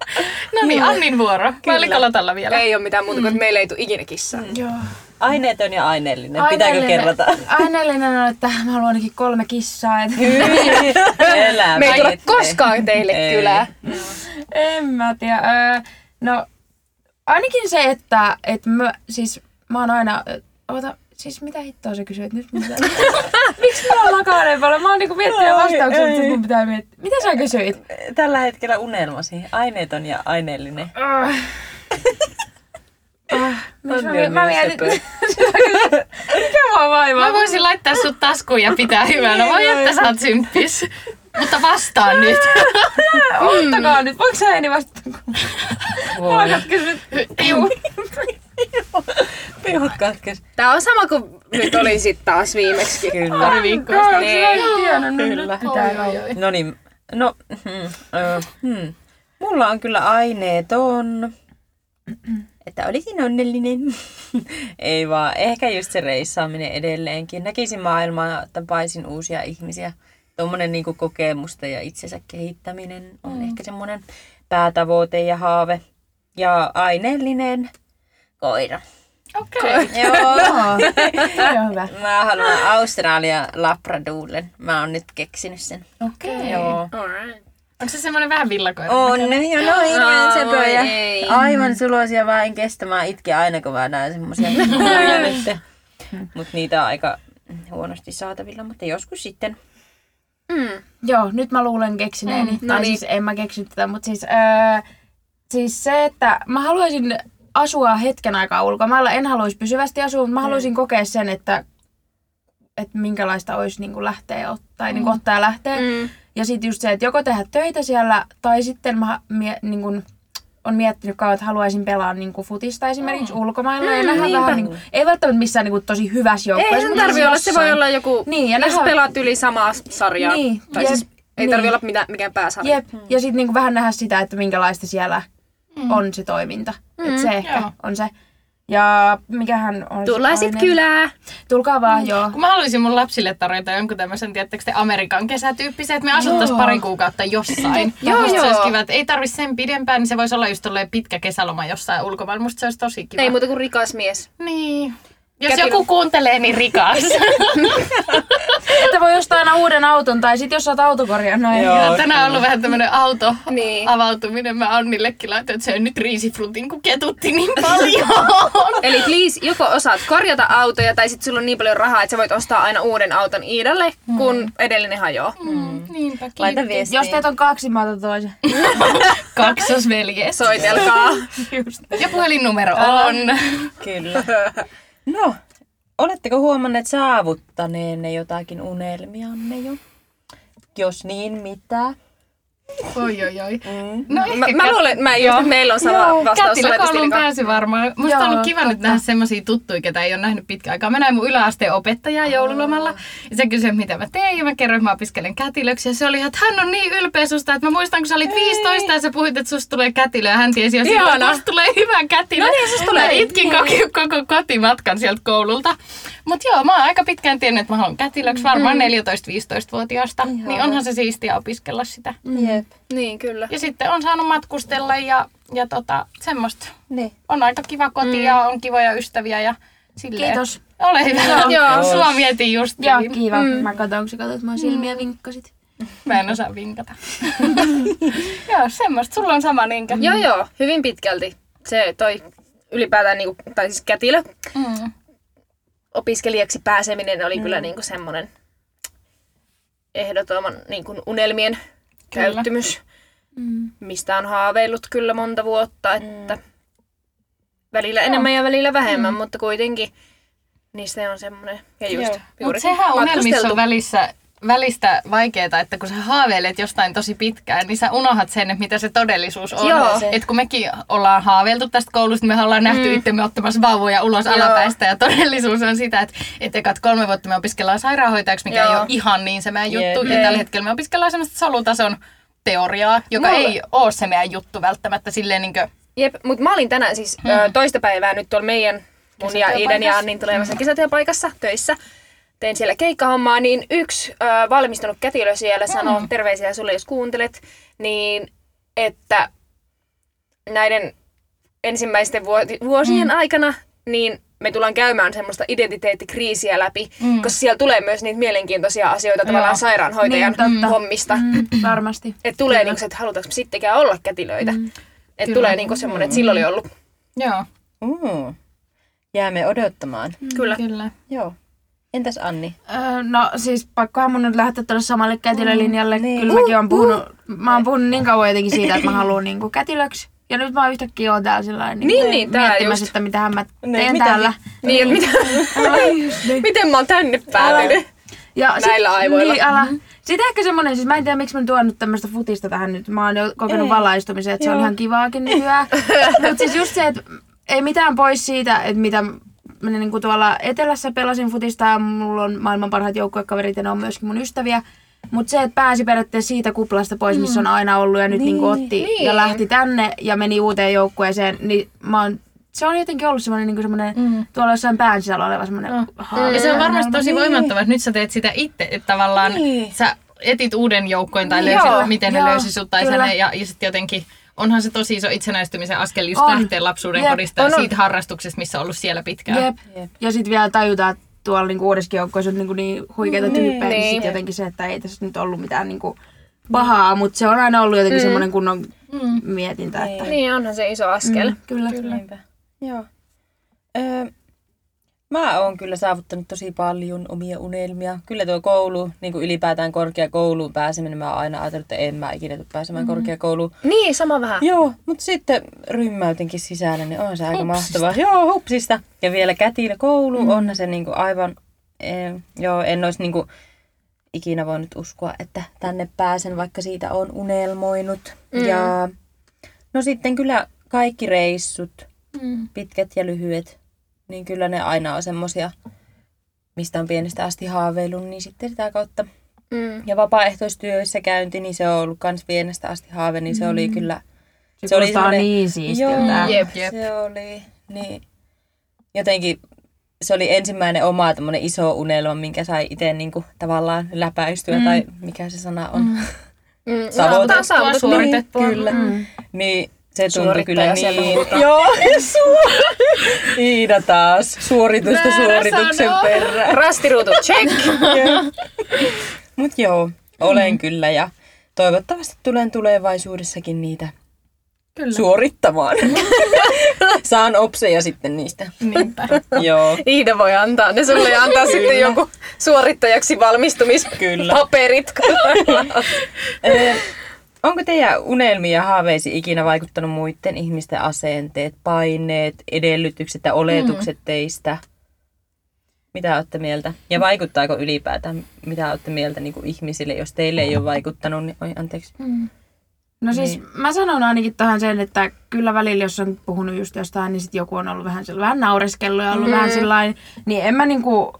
Speaker 2: No niin, Annin vuoro. Mä olin kolotalla vielä.
Speaker 4: (laughs) Ei ole mitään muuta kuin, että meillä ei tule ikinä kissaa.
Speaker 1: Joo.
Speaker 3: Aineeton ja aineellinen. Pitääkö
Speaker 1: Aineellinen- (laughs)
Speaker 3: kerrata?
Speaker 1: Aineellinen on, että mä haluan ainakin kolme kissaa. Et... (laughs)
Speaker 3: Elä
Speaker 4: Me ei tule
Speaker 3: miettii.
Speaker 4: koskaan teille
Speaker 3: Ei.
Speaker 4: kylää.
Speaker 1: en mä tiedä. Öö, no, ainakin se, että et mä, siis mä oon aina... ö, Oota, siis mitä hittoa sä kysyit nyt? Mitä?
Speaker 3: (laughs)
Speaker 1: Miksi mä ollaan kahden paljon? Mä oon niinku miettinyt
Speaker 3: Ai,
Speaker 1: vastauksia, mutta
Speaker 3: ai.
Speaker 1: sit mun pitää miettiä. Mitä sä kysyit?
Speaker 3: Tällä hetkellä unelmasi. Aineeton ja aineellinen.
Speaker 1: Ah. Ah, miksi mä, mä, mä
Speaker 3: niin
Speaker 1: mietin,
Speaker 3: söpö.
Speaker 1: (laughs) mikä mua vaivaa.
Speaker 2: Mä voisin laittaa sut taskuun ja pitää hyvänä. Voi että sä oot symppis. Mutta vastaa nyt.
Speaker 1: Ottakaa nyt, voiko sä Eini vastata? Mä oon kysynyt. Juu.
Speaker 3: Pihut katkes.
Speaker 4: Tää on sama kuin nyt oli sit taas viimeksi.
Speaker 3: Kyllä.
Speaker 2: Pari viikkoa.
Speaker 1: Joo,
Speaker 4: Niin.
Speaker 1: sä et tiennyt, niin nyt
Speaker 3: Kyllä.
Speaker 1: pitää
Speaker 2: Oi, oi,
Speaker 1: olla.
Speaker 2: oi.
Speaker 3: No niin. No, hmm, ö, hmm. Mulla on kyllä aineeton. Että olisin onnellinen. (laughs) Ei vaan. Ehkä just se reissaaminen edelleenkin. Näkisin maailmaa, tapaisin uusia ihmisiä. Tuommoinen niinku kokemusta ja itsensä kehittäminen on ehkä semmoinen päätavoite ja haave. Ja aineellinen koira.
Speaker 2: Okei. Okay.
Speaker 3: Joo.
Speaker 1: Toi on hyvä.
Speaker 3: Mä haluan Australia Labradoolen. Mä oon nyt keksinyt sen.
Speaker 1: Okei.
Speaker 3: Joo.
Speaker 4: Alright.
Speaker 2: Onko se semmoinen vähän villakoira?
Speaker 3: On, ja ne on hirveän
Speaker 4: Ai,
Speaker 3: söpöjä.
Speaker 4: ei.
Speaker 3: Aivan suloisia mä en kestä. Mä itken aina, kun mä näen (laughs) semmosia kuvia nyt. Mut niitä on aika huonosti saatavilla, mutta joskus sitten.
Speaker 1: Joo, nyt mä luulen keksineeni. Mm, no
Speaker 4: niin.
Speaker 1: tai siis en mä keksinyt tätä, mutta siis, öö, siis se, että mä haluaisin asua hetken aikaa ulkomailla. En haluaisi pysyvästi asua,
Speaker 4: Mm.
Speaker 1: mutta mä haluaisin kokea sen, että, että minkälaista olisi niin lähteä ja ot- tai mm. niin ottaa ja lähteä. Mm. Ja sitten just se, että joko tehdä töitä siellä tai sitten mä mie- niin kuin, on miettinyt kauan, että haluaisin pelaa niin kuin futista esimerkiksi mm. ulkomailla. Mm, ja nähdä vähän, niin kuin, ei välttämättä missään niin kuin, tosi hyvässä
Speaker 4: Ei
Speaker 1: joukkueessa.
Speaker 4: sen
Speaker 1: mutta
Speaker 4: tarvi
Speaker 1: siis
Speaker 4: olla, se voi
Speaker 1: jossain.
Speaker 4: olla joku,
Speaker 1: Niin, ja
Speaker 4: jos
Speaker 1: nähdä-
Speaker 4: pelaat yli samaa s- sarjaa.
Speaker 1: Niin,
Speaker 4: tai
Speaker 1: jep,
Speaker 4: siis ei tarvi
Speaker 1: niin.
Speaker 4: olla mitään, mikään pääsarja.
Speaker 1: Jep. Ja sitten niinku vähän nähdä sitä, että minkälaista siellä mm. on se toiminta. Mm. Et se ehkä
Speaker 2: Joo.
Speaker 1: joo. on se. Ja mikähän on
Speaker 4: Tullaan
Speaker 1: se
Speaker 4: sit
Speaker 1: aine?
Speaker 4: kylää.
Speaker 1: Tulkaa vaan, mm. joo.
Speaker 2: Kun mä haluaisin mun lapsille tarjota jonkun tämmöisen, tiettäkö te, Amerikan kesätyyppisen, että me asuttais
Speaker 1: Joo.
Speaker 2: pari kuukautta jossain.
Speaker 4: Joo,
Speaker 2: Musta Se
Speaker 4: joo.
Speaker 2: olisi kiva, että ei tarvi sen pidempään, niin se voisi olla just tolleen pitkä kesäloma jossain ulkomailla. Musta se olisi tosi kiva.
Speaker 4: Ei muuta kuin rikas mies.
Speaker 2: Niin. Jos
Speaker 4: Kätilö.
Speaker 2: joku kuuntelee, niin
Speaker 4: (laughs)
Speaker 2: rikas.
Speaker 1: Että voi ostaa aina uuden auton, tai sitten jos saat autokorjaa, no ei.
Speaker 3: Joo.
Speaker 2: Ja Tänään on ollut vähän tämmönen auto
Speaker 4: Niin.
Speaker 2: avautuminen. Mä Annillekin laitoin, että se on nyt riisifrutin, kun ketutti niin
Speaker 4: (laughs)
Speaker 2: paljon.
Speaker 4: Eli please, joko osaat korjata autoja tai sit sulla on niin paljon rahaa, että sä voit ostaa aina uuden auton Iidalle,
Speaker 1: Mm.
Speaker 4: kun edellinen hajoaa.
Speaker 2: Mm, niinpä, kiitti.
Speaker 3: Laita viestiä.
Speaker 1: Jos teet on kaksi, mä otan toisen. (laughs)
Speaker 2: Kaksosveljes.
Speaker 4: Soitelkaa.
Speaker 1: Just.
Speaker 2: Ja puhelinnumero on.
Speaker 3: Kyllä. No, Oletteko huomanneet saavuttaneenne jotakin unelmianne jo? Jos niin, mitä?
Speaker 2: Oi, oi, oi.
Speaker 3: Mm.
Speaker 2: No
Speaker 4: Mä,
Speaker 2: ehkä
Speaker 4: mä luulen, että mä just, meillä on sama
Speaker 3: Joo,
Speaker 4: vastaus. sulle,
Speaker 2: Kätilökoulun
Speaker 4: Pistiliika.
Speaker 2: pääsi varmaan. Musta
Speaker 1: Joo,
Speaker 2: on ollut kiva nyt
Speaker 1: totta.
Speaker 2: nähdä semmoisia tuttuja, ketä ei ole nähnyt pitkään aikaa. Mä näin mun yläasteen opettajaa joululomalla. Ja se kysyi, että mitä mä teen. Ja mä kerroin, että mä opiskelen kätilöksi. Ja se oli ihan, että hän on niin ylpeä susta, että mä muistan, kun sä olit 15 ja sä puhuit, että susta tulee kätilö. Ja hän tiesi jo silloin, että
Speaker 4: Ihana.
Speaker 2: musta tulee hyvä kätilö. No niin, susta tulee. Mä itkin koko, koko kotimatkan sieltä koululta. Mutta joo, mä oon aika pitkään tiennyt, että mä haluan kätilöksi. Varmaan 14-15-vuotiaasta. Niin onhan se siistiä opiskella sitä.
Speaker 3: Jep.
Speaker 4: Niin, kyllä.
Speaker 2: Ja sitten on saanut matkustella ja, ja tota, semmoista.
Speaker 3: Niin.
Speaker 2: On aika kiva koti mm. ja on kivoja ystäviä ja silleen.
Speaker 1: Kiitos.
Speaker 2: Ole hyvä. Joo,
Speaker 3: Kiitos.
Speaker 2: sua mietin just.
Speaker 1: Joo,
Speaker 2: niin.
Speaker 1: kiva. Mm. Mä katsoin, kun sä katsoit mua silmiä vinkkasit.
Speaker 2: Mä en osaa vinkata. (laughs) Joo, semmoista. Sulla on sama niinkä.
Speaker 4: Joo, joo, hyvin pitkälti. Se toi ylipäätään, niinku, tai siis kätilö,
Speaker 2: Mm.
Speaker 4: opiskelijaksi pääseminen oli kyllä niinku semmoinen ehdoton niinku unelmien
Speaker 2: Kyllä.
Speaker 4: täyttymys,
Speaker 1: Mm.
Speaker 4: mistä on haaveillut kyllä monta vuotta,
Speaker 2: Mm.
Speaker 4: että välillä enemmän ja välillä vähemmän, mutta kuitenkin niistä on semmoinen. Ja just
Speaker 3: Joo.
Speaker 2: Mutta
Speaker 4: juurikin
Speaker 2: sehän unelmissa
Speaker 4: matkusteltu.
Speaker 2: on välissä, välistä vaikeaa, että kun sä haaveilet jostain tosi pitkään, niin sä unohat sen, että mitä se todellisuus on.
Speaker 4: Joo.
Speaker 2: Et kun mekin ollaan haaveiltu tästä koulusta, niin me ollaan nähty mm. itsemme ottamassa vauvoja ulos
Speaker 4: Joo.
Speaker 2: alapäistä. Ja todellisuus on sitä, että et ekat kolme vuotta me opiskellaan sairaanhoitajaksi, mikä
Speaker 4: Joo.
Speaker 2: ei ole ihan niin se meidän juttu.
Speaker 3: Jep.
Speaker 2: Ja tällä hetkellä me opiskellaan semmoista solutason teoriaa, joka
Speaker 4: Mulla-
Speaker 2: ei ole se meidän juttu välttämättä silleen niin kuin,
Speaker 4: Jep, mutta mä olin tänään siis ö, toista päivää nyt tuolla meidän mun ja Iden ja
Speaker 2: Kesätyöpaikassa.
Speaker 4: Annin tulevassa kesätyöpaikassa töissä. Tein siellä keikkahommaa, niin yksi ö, valmistunut kätilö siellä sanoi, terveisiä sulle jos kuuntelet, niin että näiden ensimmäisten vuoti- vuosien aikana, niin me tullaan käymään semmoista identiteettikriisiä läpi, mm. koska siellä tulee myös niitä mielenkiintoisia asioita tavallaan sairaanhoitajan
Speaker 1: Niin, totta.
Speaker 4: hommista.
Speaker 1: Mm, varmasti.
Speaker 4: Että tulee niinku se, että halutaanko me sittenkään olla kätilöitä. Mm. Että tulee niinku semmoinen, että sillä oli ollut
Speaker 2: joo,
Speaker 3: Mm. Jäämme odottamaan.
Speaker 4: Kyllä.
Speaker 2: kyllä.
Speaker 3: Joo. Entäs Anni?
Speaker 1: Öö, No siis pakkohan mun nyt lähteä tuolle samalle kätilölinjalle.
Speaker 3: niin.
Speaker 1: Niin. Kyllä mäkin oon puhunut, mä oon puhunut niin kauan jotenkin siitä, että mä haluan niinku kätilöksi. Ja nyt mä oon yhtäkkiä oon täällä sillä niin,
Speaker 4: Niin, niin, tää
Speaker 1: miettimässä,
Speaker 4: just.
Speaker 1: että mitähän mä teen
Speaker 3: Niin, mitä-
Speaker 1: täällä.
Speaker 4: Niin, että mitä, (laughs)
Speaker 1: Ai, just niin.
Speaker 4: miten mä oon tänne päätynyt?
Speaker 1: Ja sit-
Speaker 4: Näillä aivoilla.
Speaker 1: Niin, ala. Sitten ehkä semmonen, siis mä en tiedä miksi mä oon tuonut tämmöistä futista tähän nyt. Mä oon jo kokenut
Speaker 3: Ei.
Speaker 1: valaistumisen, että se on
Speaker 3: Joo.
Speaker 1: ihan kivaakin nykyään. Mutta siis just se, että ei mitään pois siitä, että mitä mä niin kuin tuolla etelässä pelasin futista ja mulla on maailman parhaat joukkuekaverit ja ne on myöskin mun ystäviä. Mutta se, että pääsi periaatteessa siitä kuplasta pois, missä on aina ollut ja nyt niin, niin otti niin. ja lähti tänne ja meni uuteen joukkueeseen, niin mä oon, se on jotenkin ollut semmoinen, niin semmoinen mm. tuolla jossain pään sisällä oleva semmoinen no. haave.
Speaker 2: Ja se on varmasti tosi voimattava, että nyt sä teet sitä itse, että tavallaan
Speaker 3: Niin.
Speaker 2: sä etit uuden joukkoin tai
Speaker 4: Joo,
Speaker 2: löysit, miten ne
Speaker 1: joo,
Speaker 2: löysi sut tai sä
Speaker 1: kyllä.
Speaker 2: ne, ja, ja sitten jotenkin onhan se tosi iso itsenäistymisen askel just
Speaker 1: On.
Speaker 2: lähteä lapsuuden
Speaker 1: Jep,
Speaker 2: kodista
Speaker 1: on,
Speaker 2: ja
Speaker 1: on.
Speaker 2: siitä harrastuksesta, missä on ollut siellä pitkään.
Speaker 1: Jep.
Speaker 3: Jep.
Speaker 1: Jep. Ja sitten vielä tajutaan, että tuolla niinku uudessa joukkueessa on niinku niin huikeita tyyppejä, niin,
Speaker 4: Niin.
Speaker 1: niin sitten jotenkin se, että ei tässä nyt ollut mitään niinku pahaa, mutta se on aina ollut jotenkin mm. semmoinen kunnon mm. mietintä. Että...
Speaker 4: Niin, onhan se iso askel. Mm.
Speaker 1: Kyllä.
Speaker 3: Niinpä. Joo. Öö, mä oon kyllä saavuttanut tosi paljon omia unelmia. Kyllä tuo koulu, niin kuin ylipäätään korkeakouluun pääseminen, mä oon aina ajatellut, että en mä ikinä tule pääsemään mm. korkeakouluun.
Speaker 4: Niin, sama vähän.
Speaker 3: Joo, mutta sitten rymmäytinkin sisällä, niin on se aika mahtavaa. Joo, hupsista. Ja vielä kätilö koulu, mm. onhan se niinku aivan, eh, joo, en olisi niinku ikinä voinut uskoa, että tänne pääsen, vaikka siitä on unelmoinut. Mm. Ja no sitten kyllä kaikki reissut, mm. pitkät ja lyhyet, niin kyllä ne aina on semmosia, mistä on pienestä asti haaveillut, niin sitten sitä kautta
Speaker 4: Mm.
Speaker 3: ja vapaaehtoistyössä käynti, niin se on ollut kans pienestä asti haave, niin se oli kyllä...
Speaker 1: Se, se oli
Speaker 3: semmoinen-
Speaker 1: niin siistiltä.
Speaker 3: Joo,
Speaker 2: Jep,
Speaker 3: jep,
Speaker 2: jep.
Speaker 3: jep. se oli. Niin. Jotenkin se oli ensimmäinen oma tämmöinen iso unelma, minkä sai itse niinku tavallaan läpäistyä, mm. tai mikä se sana on. (laughs) Mm.
Speaker 4: Mm.
Speaker 3: Savotettua,
Speaker 4: Saavutettua.
Speaker 2: suoritettua.
Speaker 3: Niin, kyllä. Mm. Niin se tuntui kyllä
Speaker 4: Suorittaja sieltä
Speaker 3: niin.
Speaker 4: huutaa.
Speaker 3: (laughs) Joo, suor... (laughs) Iida taas. Suoritusta
Speaker 2: Väärä
Speaker 3: suorituksen
Speaker 2: sana.
Speaker 3: perään.
Speaker 4: Rastiruutu, check! (laughs)
Speaker 3: Mut joo, olen
Speaker 2: Mm-hmm.
Speaker 3: mm. kyllä ja toivottavasti tulen tulevaisuudessakin niitä
Speaker 2: Kyllä.
Speaker 3: suorittamaan.
Speaker 2: (laughs)
Speaker 3: Saan opseja sitten niistä.
Speaker 2: Niinpä.
Speaker 3: (laughs) joo,
Speaker 4: Iida voi antaa ne sulle ja antaa sitten joku
Speaker 2: (laughs)
Speaker 4: suorittajaksi (laughs)
Speaker 3: Kyllä.
Speaker 4: valmistumispaperit.
Speaker 3: Ö, Onko teidän unelmia ja haaveisi ikinä vaikuttanut muiden ihmisten asenteet, paineet, edellytykset ja oletukset mm. teistä? Mitä olette mieltä? Ja vaikuttaako ylipäätään, mitä olette mieltä niin kuin ihmisille, jos teille ei ole vaikuttanut, niin oi anteeksi.
Speaker 1: No siis
Speaker 3: Niin.
Speaker 1: niin. mä sanon ainakin tähän sen, että kyllä välillä jos on puhunut just jostain, niin sit joku on ollut vähän, sillä, vähän naureskellut ja ollut mm. vähän sillain, niin en mä niinku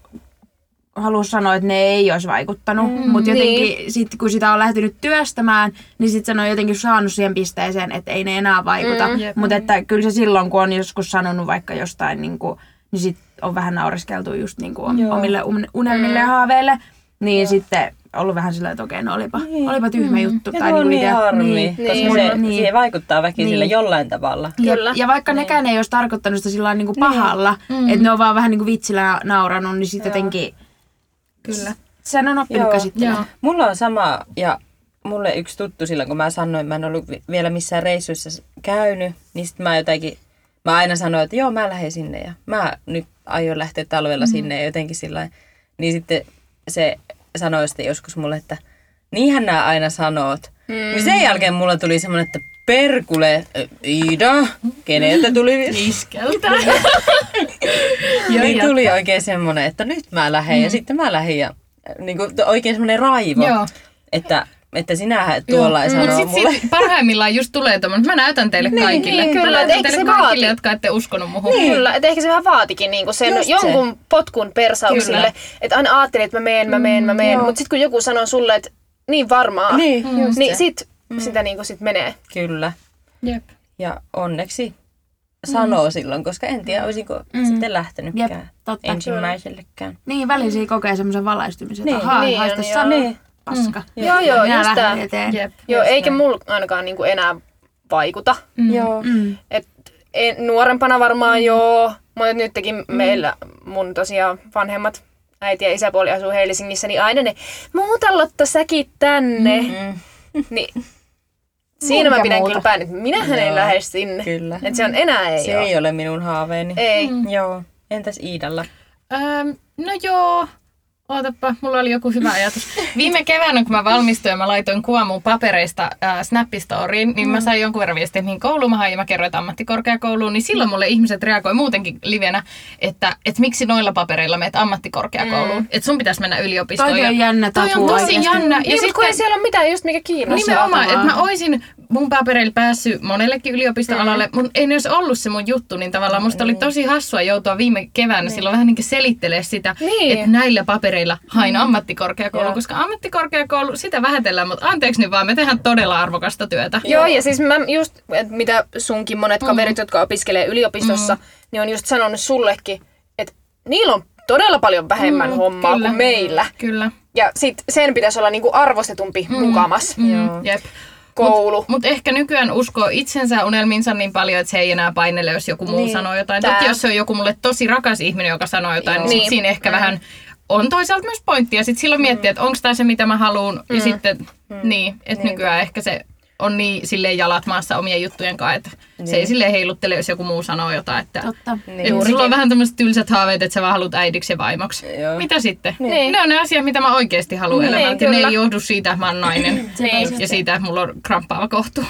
Speaker 1: halua sanoa, että ne ei olisi vaikuttanut, mm, mutta jotenkin niin. sit, kun sitä on lähtenyt työstämään, niin sitten se on jotenkin saanut siihen pisteeseen, että ei ne enää vaikuta. Mm,
Speaker 2: Jep.
Speaker 1: mutta että kyllä se silloin, kun on joskus sanonut vaikka jostain, niin, kuin, niin sit on vähän naureskeltu just niin kuin
Speaker 3: Joo.
Speaker 1: omille un- unelmille ja haaveille, niin sitten ollut vähän sillä että okei, no olipa,
Speaker 3: Niin.
Speaker 1: olipa tyhmä juttu.
Speaker 3: Ja tuo
Speaker 1: niinku
Speaker 3: on niin
Speaker 1: ite-
Speaker 3: harmi,
Speaker 1: Niin.
Speaker 3: koska
Speaker 4: Niin.
Speaker 3: se,
Speaker 1: Niin.
Speaker 3: siihen vaikuttaa väkisille
Speaker 1: Niin.
Speaker 3: jollain tavalla.
Speaker 1: Kyllä.
Speaker 4: Kyllä.
Speaker 1: Ja, ja vaikka niin. nekään ei olisi tarkoittanut sitä sillä niin kuin pahalla, niin. että ne on vaan vähän niin kuin vitsillä nauranut, niin sitten jotenkin
Speaker 2: Kyllä.
Speaker 1: sen on oppinut
Speaker 3: Joo.
Speaker 1: käsittelemään.
Speaker 3: Mulla on sama, ja mulle yksi tuttu silloin, kun mä sanoin, mä en ollut vi- vielä missään reissuissa s- käynyt, niin sitten mä jotenkin, mä aina sanoin, että joo, mä lähden sinne ja mä nyt aion lähteä talvella
Speaker 1: Mm-hmm.
Speaker 3: mm. sinne ja jotenkin sillä Niin sitten se sanoi sitten joskus mulle, että niinhän nämä aina sanot. Mm. Niin sen jälkeen mulla tuli semmoinen, että perkule, ö, Iida, keneltä tuli
Speaker 2: Iskeltä. (laughs)
Speaker 3: Joo, niin
Speaker 2: ja-
Speaker 3: tuli oikein semmoinen, että nyt mä lähden mm. ja sitten mä lähden ja niin kuin, oikein semmoinen raivo,
Speaker 2: Joo.
Speaker 3: että, että sinähän tuolla ei
Speaker 2: Mutta
Speaker 3: sanoa
Speaker 2: sit,
Speaker 3: mulle.
Speaker 2: sit parhaimmillaan just tulee tommonen, että mä näytän teille niin, kaikille.
Speaker 4: niin,
Speaker 2: Mä
Speaker 4: kyllä,
Speaker 2: näytän
Speaker 4: eikö
Speaker 2: teille
Speaker 4: se
Speaker 2: kaikille,
Speaker 4: vaati?
Speaker 2: jotka ette uskonut muuhun.
Speaker 4: Kyllä, että ehkä se vähän vaatikin niinku sen
Speaker 3: Just se.
Speaker 4: jonkun potkun persauksille. Että aina ajattelin, että mä meen, mä meen, mä meen. Mutta sitten kun joku sanoo sulle, että niin varmaa,
Speaker 3: Niin, just
Speaker 4: Mm, niin
Speaker 3: se.
Speaker 4: sit sitä niinku sit menee.
Speaker 3: Kyllä.
Speaker 2: Jep.
Speaker 3: Ja onneksi sanoo silloin, koska en tiedä olisinko mm. sitten lähtenytkään
Speaker 1: Jep, totta.
Speaker 3: ensimmäisellekään.
Speaker 1: Niin, välillä siinä kokee semmoisen valaistumisen, että
Speaker 3: Niin.
Speaker 1: ahaa,
Speaker 4: Niin on,
Speaker 1: haista
Speaker 4: joo.
Speaker 1: sana,
Speaker 3: Niin.
Speaker 1: paska.
Speaker 4: Joo, joo,
Speaker 1: Minä
Speaker 4: just tää.
Speaker 1: lähden eteen.
Speaker 2: Jep.
Speaker 4: Joo, eikä mulla ainakaan niinku enää vaikuta.
Speaker 3: Mm. Joo.
Speaker 1: Mm.
Speaker 4: Et, en, nuorempana varmaan joo, mutta nytkin meillä mun tosiaan vanhemmat äiti ja isäpuoli asuu Helsingissä, niin aina ne muuta Lotta säkin tänne.
Speaker 3: Mm.
Speaker 4: (laughs) Niin, siinä mä
Speaker 1: Minkä
Speaker 4: pidän
Speaker 1: muuta?
Speaker 4: kyllä päin, että minähän
Speaker 3: Joo,
Speaker 4: en lähde sinne.
Speaker 3: kyllä.
Speaker 4: Et se on enää ei
Speaker 3: Se
Speaker 4: oo.
Speaker 3: ei Mm. ole minun haaveeni.
Speaker 4: Ei.
Speaker 3: Joo. Entäs Iidalla?
Speaker 2: Öm, no joo, ootapa, mulla oli joku hyvä ajatus. Viime keväänä, kun mä valmistuin ja mä laitoin kuvan mun papereista äh, Snappistoriin, niin mä sain jonkun verran viestiä, että mihin kouluun mä hain ja mä kerroin, että ammattikorkeakouluun, niin silloin mulle ihmiset reagoi muutenkin livenä, että, että miksi noilla papereilla meet ammattikorkeakouluun, mm. että sun pitäisi mennä yliopistoon.
Speaker 1: Toi
Speaker 2: ja-
Speaker 1: on jännä
Speaker 2: Toi
Speaker 1: tabu
Speaker 2: on tosi
Speaker 1: oikeesti.
Speaker 2: jännä. Ja
Speaker 4: Ja niin,
Speaker 2: sitten-
Speaker 4: sit kun ei siellä ole mitään just mikä kiinnostaa.
Speaker 2: Nimenomaan,
Speaker 1: saatavaa.
Speaker 2: että mä oisin mun papereilla päässyt monellekin
Speaker 4: Mm.
Speaker 2: yliopistoalalle, mun ei ne olisi ollut se mun juttu, niin tavallaan musta oli tosi hassua joutua viime keväänä silloin vähän niin kuin selittelee sitä,
Speaker 4: Niin. Mm.
Speaker 2: että näillä papereilla hain ammattikorkeakoulu,
Speaker 3: Joo.
Speaker 2: koska ammattikorkeakoulu, sitä vähätellään, mutta anteeksi nyt vaan, me tehdään todella arvokasta työtä.
Speaker 4: Joo, ja siis mä just, että mitä sunkin monet kaverit, jotka opiskelee yliopistossa, niin on just sanonut sullekin, että niillä on todella paljon vähemmän hommaa
Speaker 2: Mhm, kyllä.
Speaker 4: kuin meillä.
Speaker 2: Kyllä.
Speaker 4: Ja sit sen pitäisi olla niinku arvostetumpi mukamas
Speaker 2: Mm, jep.
Speaker 4: koulu.
Speaker 2: Mutta ehkä nykyään uskoo itsensä unelmiinsa niin paljon, että se ei enää painele, jos joku muu niin. sanoo jotain.
Speaker 4: Tää.
Speaker 2: Toki jos se on joku mulle tosi rakas ihminen, joka sanoo jotain, niin, sit
Speaker 4: Niin.
Speaker 2: siinä ehkä vähän on toisaalta myös pointtia. Sitten silloin miettii, että onko tämä se, mitä mä haluan. Ja sitten, Mm. niin, että nykyään ehkä se on niin silleen jalat maassa omien juttujen kanssa, että niin. se ei silleen heiluttele, jos joku muu sanoo jotain. Että,
Speaker 1: Totta.
Speaker 2: että sulla on vähän tämmöiset tylsät haaveet, että sä vaan haluat äidiksi ja vaimoksi.
Speaker 3: Joo.
Speaker 2: Mitä sitten?
Speaker 4: Niin.
Speaker 2: Ne on ne asiat, mitä mä oikeasti haluan
Speaker 4: Niin,
Speaker 2: elämältä. Ne
Speaker 4: kyllä.
Speaker 2: ei johdu siitä, että mä oon nainen.
Speaker 1: Niin.
Speaker 2: Ja siitä, että mulla on kramppaava kohtu.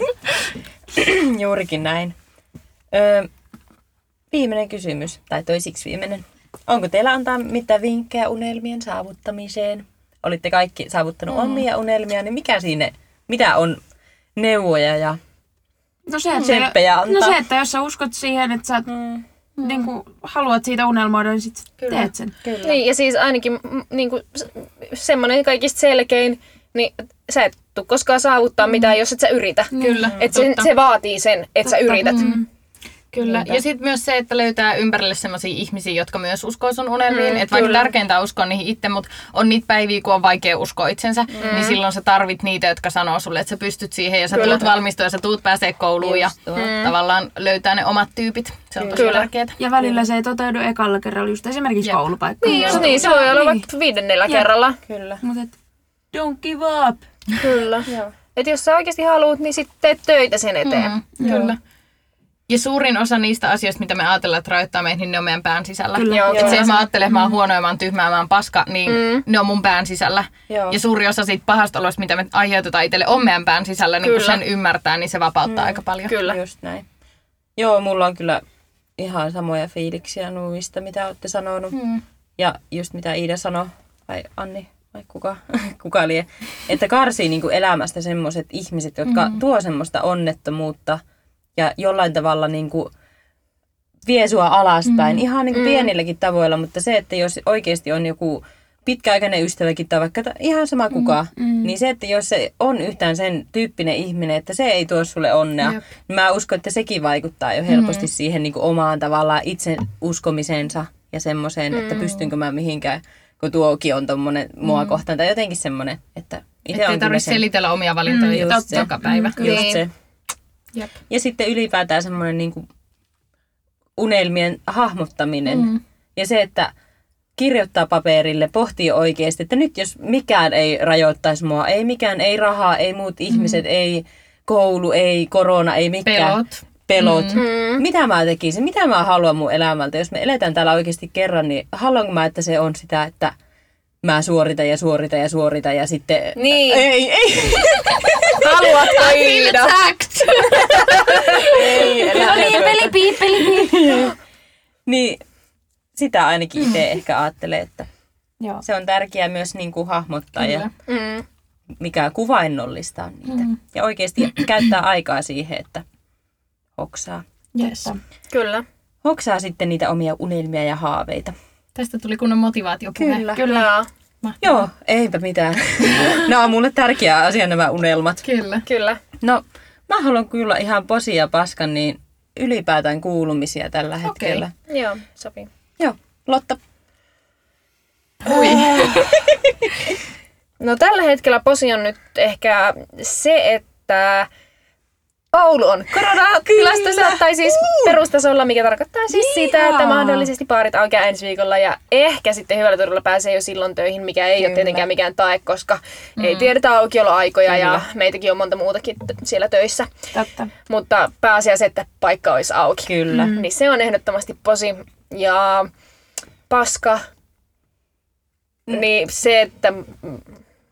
Speaker 3: (clears throat) Juurikin näin. Öö, viimeinen kysymys, tai toisiksi viimeinen. Onko teillä antaa mitään vinkkejä unelmien saavuttamiseen? Olitte kaikki saavuttanut mm. omia unelmia, niin mikä siinä, mitä on neuvoja ja...
Speaker 1: No se,
Speaker 3: Tsemppejä
Speaker 1: että, no
Speaker 3: antaa.
Speaker 1: se, että jos sä uskot siihen, että sä mm. niin kuin, haluat siitä unelmoida, niin sit teet sen.
Speaker 3: Kyllä.
Speaker 4: Niin, ja siis ainakin mm, niinku, s- semmonen kaikista selkein, niin sä et tuu koskaan saavuttaa mitään, jos et sä yritä.
Speaker 2: Kyllä,
Speaker 4: Et se,
Speaker 2: totta.
Speaker 4: se vaatii sen, että sä yrität. Mm.
Speaker 2: Kyllä. Ja sitten myös se, että löytää ympärille sellaisia ihmisiä, jotka myös uskoo sun unelmiin. Mm, että vaikka tärkeintä on uskoa niihin itse, mutta on niitä päiviä, kun on vaikea uskoa itsensä, mm. niin silloin sä tarvit niitä, jotka sanoo sulle, että sä pystyt siihen ja sä tulet valmistua ja sä tuut pääsee kouluun ja
Speaker 3: Just
Speaker 2: mm. tavallaan löytää ne omat tyypit. Se on tosi
Speaker 4: Kyllä.
Speaker 2: tärkeää.
Speaker 1: Ja välillä se ei toteudu ekalla kerralla, just esimerkiksi
Speaker 2: Jep.
Speaker 1: koulupaikka. Niin,
Speaker 4: Niin, se voi olla vaikka viidennellä kerralla.
Speaker 3: Kyllä.
Speaker 1: Mutta don't give up.
Speaker 4: Kyllä. Et jos sä oikeasti haluat, niin sitten teet töitä sen eteen. Mm.
Speaker 2: Mm, kyllä. Ja suurin osa niistä asioista, mitä me ajatellaan, että rajoittaa meitä, niin ne on meidän pään sisällä.
Speaker 1: Kyllä.
Speaker 4: Joo,
Speaker 2: Et
Speaker 4: kyllä.
Speaker 2: se, että mä ajattelen, että mä oon huono ja mä oon tyhmä ja mä oon paska, niin mm. ne on mun pään sisällä.
Speaker 3: Joo.
Speaker 2: Ja suuri osa siitä pahasta olosta, mitä me aiheutetaan itselle, on meidän pään sisällä. Niin kun
Speaker 4: Kyllä.
Speaker 2: sen ymmärtää, niin se vapauttaa mm. aika paljon.
Speaker 4: Kyllä.
Speaker 3: Just näin. Joo, mulla on kyllä ihan samoja fiiliksiä nuista, mitä olette sanonut. Mm. Ja just mitä Iida sanoi, vai Anni, vai kuka, (laughs) kuka lie, että karsii niinku elämästä semmoiset ihmiset, jotka mm. tuo semmoista onnettomuutta ja jollain tavalla niinku vie sua alaspäin.
Speaker 2: Mm-hmm.
Speaker 3: Mm. Ihan niinku mm. pienilläkin tavoilla, mutta se, että jos oikeasti on joku pitkäaikainen ystäväkin tai vaikka ta- ihan
Speaker 2: Mm-hmm.
Speaker 3: sama kuka, mm, mm. niin se, että jos se on yhtään sen tyyppinen ihminen, että se ei tuo sulle onnea, Jep. niin mä uskon, että sekin vaikuttaa jo helposti
Speaker 2: Mm-hmm.
Speaker 3: mm. siihen niin kuin omaan tavallaan itse uskomiseensa ja semmoiseen, mm. että
Speaker 2: Mm-hmm.
Speaker 3: pystynkö mä mihinkään, kun tuokin on tommonen mua mm. kohtaan tai jotenkin semmoinen, että itse
Speaker 2: Että ei
Speaker 3: on kyllä
Speaker 2: tarvitse
Speaker 3: sen-
Speaker 2: selitellä omia valintoja
Speaker 3: Mm,
Speaker 2: mm,
Speaker 3: just
Speaker 2: totta.
Speaker 3: se.
Speaker 2: joka päivä.
Speaker 1: Mm,
Speaker 3: Just
Speaker 1: Niin.
Speaker 3: se.
Speaker 1: Jep.
Speaker 3: Ja sitten ylipäätään semmoinen niin unelmien hahmottaminen. Mm. Ja se, että kirjoittaa paperille, pohtii oikeasti, että nyt jos mikään ei rajoittaisi mua, ei mikään, ei rahaa, ei muut ihmiset, ei koulu, ei korona, ei mikään.
Speaker 2: Pelot.
Speaker 3: Pelot. Mm. Mitä mä tekisin? Mitä mä haluan mun elämältä? Jos me eletään täällä oikeasti kerran, niin haluanko mä, että se on sitä, että mä suoritan ja suoritan ja suoritan ja sitten...
Speaker 4: Niin.
Speaker 3: Ei, ei,
Speaker 4: Haluatko Iida?
Speaker 3: ei.
Speaker 1: No
Speaker 3: elä-
Speaker 1: niin, pelipiip, pelipiip.
Speaker 3: Niin sitä ainakin itse ehkä ajattelee, että
Speaker 1: Joo.
Speaker 3: se on tärkeää myös niin kuin hahmottaa ja
Speaker 4: Mm.
Speaker 3: mikä kuvainnollistaa niitä. Mm. Ja oikeasti käyttää aikaa siihen, että hoksaa.
Speaker 1: Yes.
Speaker 4: Kyllä.
Speaker 3: Hoksaa sitten niitä omia unelmia ja haaveita.
Speaker 2: Tästä tuli kunnon motivaatiopuhe.
Speaker 3: Kyllä.
Speaker 4: Kyllä.
Speaker 3: Joo, eipä mitään. (laughs) nämä on mulle tärkeä asia nämä unelmat.
Speaker 2: Kyllä. (laughs)
Speaker 4: Kyllä.
Speaker 3: No, mä haluan kyllä ihan posi ja paskan niin ylipäätään kuulumisia tällä hetkellä.
Speaker 4: Joo, sopii.
Speaker 3: Joo, Lotta.
Speaker 4: No tällä hetkellä posi on nyt ehkä se, että Oulu on koronatilastossa, tai siis perustasolla, mikä tarkoittaa siis sitä, että mahdollisesti baarit aukeaa ensi viikolla ja ehkä sitten hyvällä turulla pääsee jo silloin töihin, mikä ei Kyllä. ole tietenkään mikään tae, koska mm. ei tiedetä aukioloaikoja ja meitäkin on monta muutakin t- siellä töissä.
Speaker 1: Totta.
Speaker 4: Mutta pääasia se, että paikka olisi auki.
Speaker 3: Kyllä.
Speaker 4: Mm. Niin se on ehdottomasti posi. Ja paska,
Speaker 3: Mm.
Speaker 4: niin se, että m-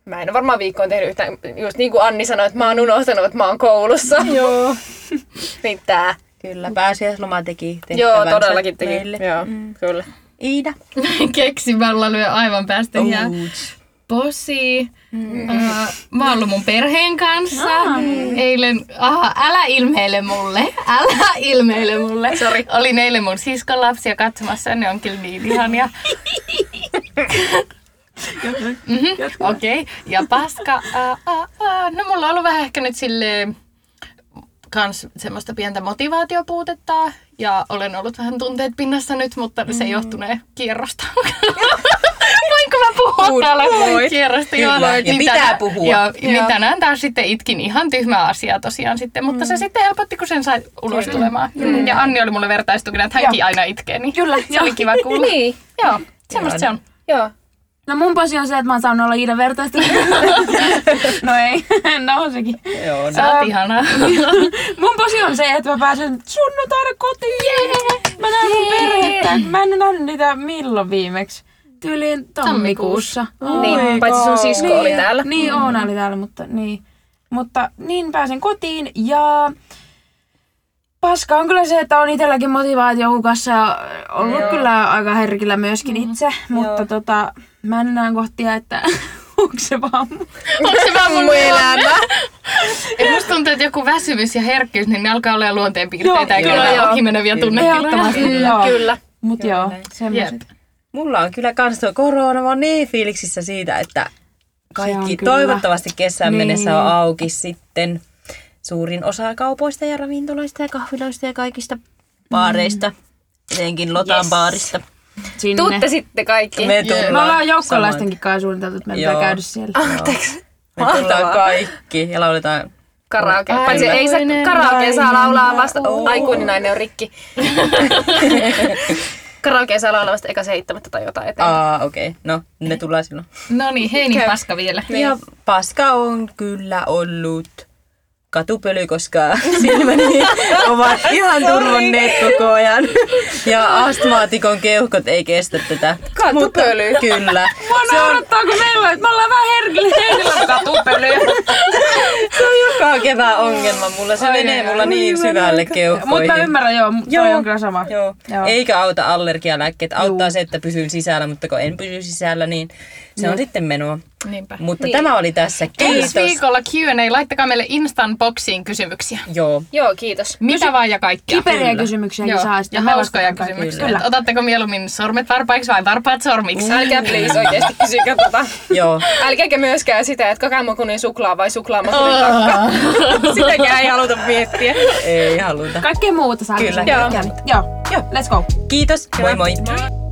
Speaker 4: mä en ole varmaan viikkoon tehnyt yhtään, just niin kuin Anni sanoi, että mä oon unohtanut, että mä oon
Speaker 3: (laughs)
Speaker 4: koulussa. Joo. (laughs) niin tää.
Speaker 3: Kyllä, pääsiäisloma teki
Speaker 4: Joo,
Speaker 3: tehtävänsä
Speaker 4: todellakin teki.
Speaker 3: meille.
Speaker 4: Joo, mm. kyllä.
Speaker 3: Iida.
Speaker 2: Keksimällä lyö aivan päästä oh. jää. Posi. Mm. Äh, mä oon ollut mun perheen kanssa. Mm. Eilen, aha, älä ilmeile mulle. Älä ilmeile mulle. Sorry. Olin eilen mun siskon lapsia katsomassa. Ne on kyllä niin ihania. Mhm, Okei. Okay. Ja paska. Äh, äh, äh. No mulla on ollut vähän ehkä nyt silleen kans semmoista pientä motivaatiopuutetta ja olen ollut vähän tunteet pinnassa nyt, mutta se johtunee kierrosta. (laughs) Voinko mä puhua
Speaker 3: Voit,
Speaker 2: täällä
Speaker 3: voit.
Speaker 2: kierrosta?
Speaker 3: Kyllä,
Speaker 2: Joo.
Speaker 3: ja
Speaker 2: Niin
Speaker 3: pitää
Speaker 2: tänään-
Speaker 3: puhua.
Speaker 2: Joo, niin tänään taas sitten itkin ihan tyhmää asiaa tosiaan sitten, mutta se sitten helpotti, kun sen sai ulos tulemaan. Mm. Ja Anni oli mulle vertaistukena, että hänkin aina itkee, niin Kyllä, se oli kiva kuulla.
Speaker 4: Niin,
Speaker 2: Joo, semmoista se on.
Speaker 4: joo. niin.
Speaker 1: No mun posi on se, että mä oon saanut olla Iidan vertaista. (laughs) no ei, (laughs) no on sekin.
Speaker 3: Joo,
Speaker 2: Sä oot ihanaa.
Speaker 1: Mun posi on se, että mä pääsen sunnuntaina kotiin. Yeah. Mä näen mun perhettä. Mä en ole nähnyt niitä milloin viimeksi. Tyyliin tammikuussa.
Speaker 4: Niin, paitsi sun sisko
Speaker 1: Niin,
Speaker 4: oli täällä. Mm.
Speaker 1: Niin, Oona oli täällä, mutta niin. Mutta niin pääsen kotiin ja paska on kyllä se, että on itselläkin motivaatio hukassa ja ollut Joo. kyllä aika herkillä myöskin
Speaker 4: Mm-hmm.
Speaker 1: itse, mutta tota, mä en enää kohtia, että (laughs) onko se vaan mun.
Speaker 2: Onko se vaan mun
Speaker 4: Mun elämä.
Speaker 2: Ja musta tuntuu, että joku väsymys ja herkkyys, niin ne alkaa olla luonteenpiirteitä
Speaker 1: Joo,
Speaker 2: eikä
Speaker 1: kyllä,
Speaker 2: ole
Speaker 1: joo. Mm.
Speaker 2: ohimeneviä tunnetiloja.
Speaker 1: Ehdottomasti, joo.
Speaker 4: Kyllä.
Speaker 1: Mut joo,
Speaker 2: Jep.
Speaker 1: semmoset.
Speaker 3: Mulla on kyllä kans tuo korona, mä oon niin fiiliksissä siitä, että kaikki
Speaker 1: on kyllä.
Speaker 3: toivottavasti kesän
Speaker 1: Niin.
Speaker 3: niin. mennessä on auki sitten. Suurin osa kaupoista ja ravintoloista ja kahviloista ja kaikista baareista. Etenkin Lotan yes. baarista.
Speaker 1: Sinne.
Speaker 4: Tuutte sitten
Speaker 3: Me
Speaker 4: kaikki.
Speaker 1: Me ollaan
Speaker 3: tullaan saman-
Speaker 1: joukkolaistenkin kanssa suunniteltu, että me pitää
Speaker 3: Joo.
Speaker 1: käydä siellä.
Speaker 4: Anteeksi.
Speaker 3: Me tullaan
Speaker 4: Mahtavaa.
Speaker 3: kaikki ja lauletaan.
Speaker 4: Karaoke. Paitsi ei saa
Speaker 2: Aikuinen
Speaker 4: karaoke saa
Speaker 2: nainen
Speaker 4: laulaa vasta... Aikuinen nainen
Speaker 2: (laughs)
Speaker 4: on rikki. karaoke saa laulaa vasta eka seitsemättä tai jotain
Speaker 2: Ah,
Speaker 4: eteenpäin.
Speaker 3: Aa, okei. Okay. No, ne tullaan silloin.
Speaker 2: No niin, hei niin paska vielä.
Speaker 3: Ja paska on kyllä ollut katupöly, koska (laughs) silmäni ovat ihan turvonneet koko ajan. Ja astmaatikon keuhkot ei kestä tätä.
Speaker 4: Katupöly.
Speaker 3: Mutta- Kyllä.
Speaker 1: Mua naurattaa, kun meillä on, me ollaan vähän herkillä heillä (laughs) katupölyjä.
Speaker 3: Se on joka kevää ongelma mulla. Se
Speaker 1: Ai,
Speaker 3: menee
Speaker 1: ai,
Speaker 3: mulla
Speaker 1: ai.
Speaker 3: niin syvälle keuhkoihin.
Speaker 1: Mutta mä ymmärrän, joo, joo. toi
Speaker 3: Joo.
Speaker 1: on kyllä sama.
Speaker 3: Joo.
Speaker 1: Joo.
Speaker 3: Joo. Eikä auta allergialääkkeet. Auttaa
Speaker 1: Juu.
Speaker 3: se, että pysyn sisällä, mutta kun en pysy sisällä, niin se on sitten menoa.
Speaker 2: Niinpä.
Speaker 3: Mutta tämä oli tässä. Kiitos.
Speaker 2: Ensi viikolla Q&A. Laittakaa meille Instan boxiin kysymyksiä.
Speaker 3: Joo.
Speaker 4: Joo, kiitos.
Speaker 2: Mitä vaan ja kaikkea.
Speaker 1: Kiperiä
Speaker 3: Kyllä.
Speaker 1: kysymyksiä
Speaker 2: Joo,
Speaker 1: saa
Speaker 2: ja
Speaker 1: me
Speaker 2: hauskoja
Speaker 1: vastataan kaikkiin.
Speaker 2: kysymyksiä.
Speaker 1: Kyllä.
Speaker 2: Et Otatteko mieluummin sormet varpaiksi vai varpaat sormiksi?
Speaker 4: Älkää please oikeasti kysykää tota.
Speaker 3: Joo.
Speaker 4: Älkääkä myöskään sitä, että kakaamakunin suklaa vai suklaamakunin kakka. Sitäkään ei haluta miettiä.
Speaker 3: Ei haluta.
Speaker 1: Kaikkea muuta saa
Speaker 3: Kyllä.
Speaker 1: kysyä. Joo. Joo. Let's go.
Speaker 3: Kiitos. Moi moi.
Speaker 4: Moi.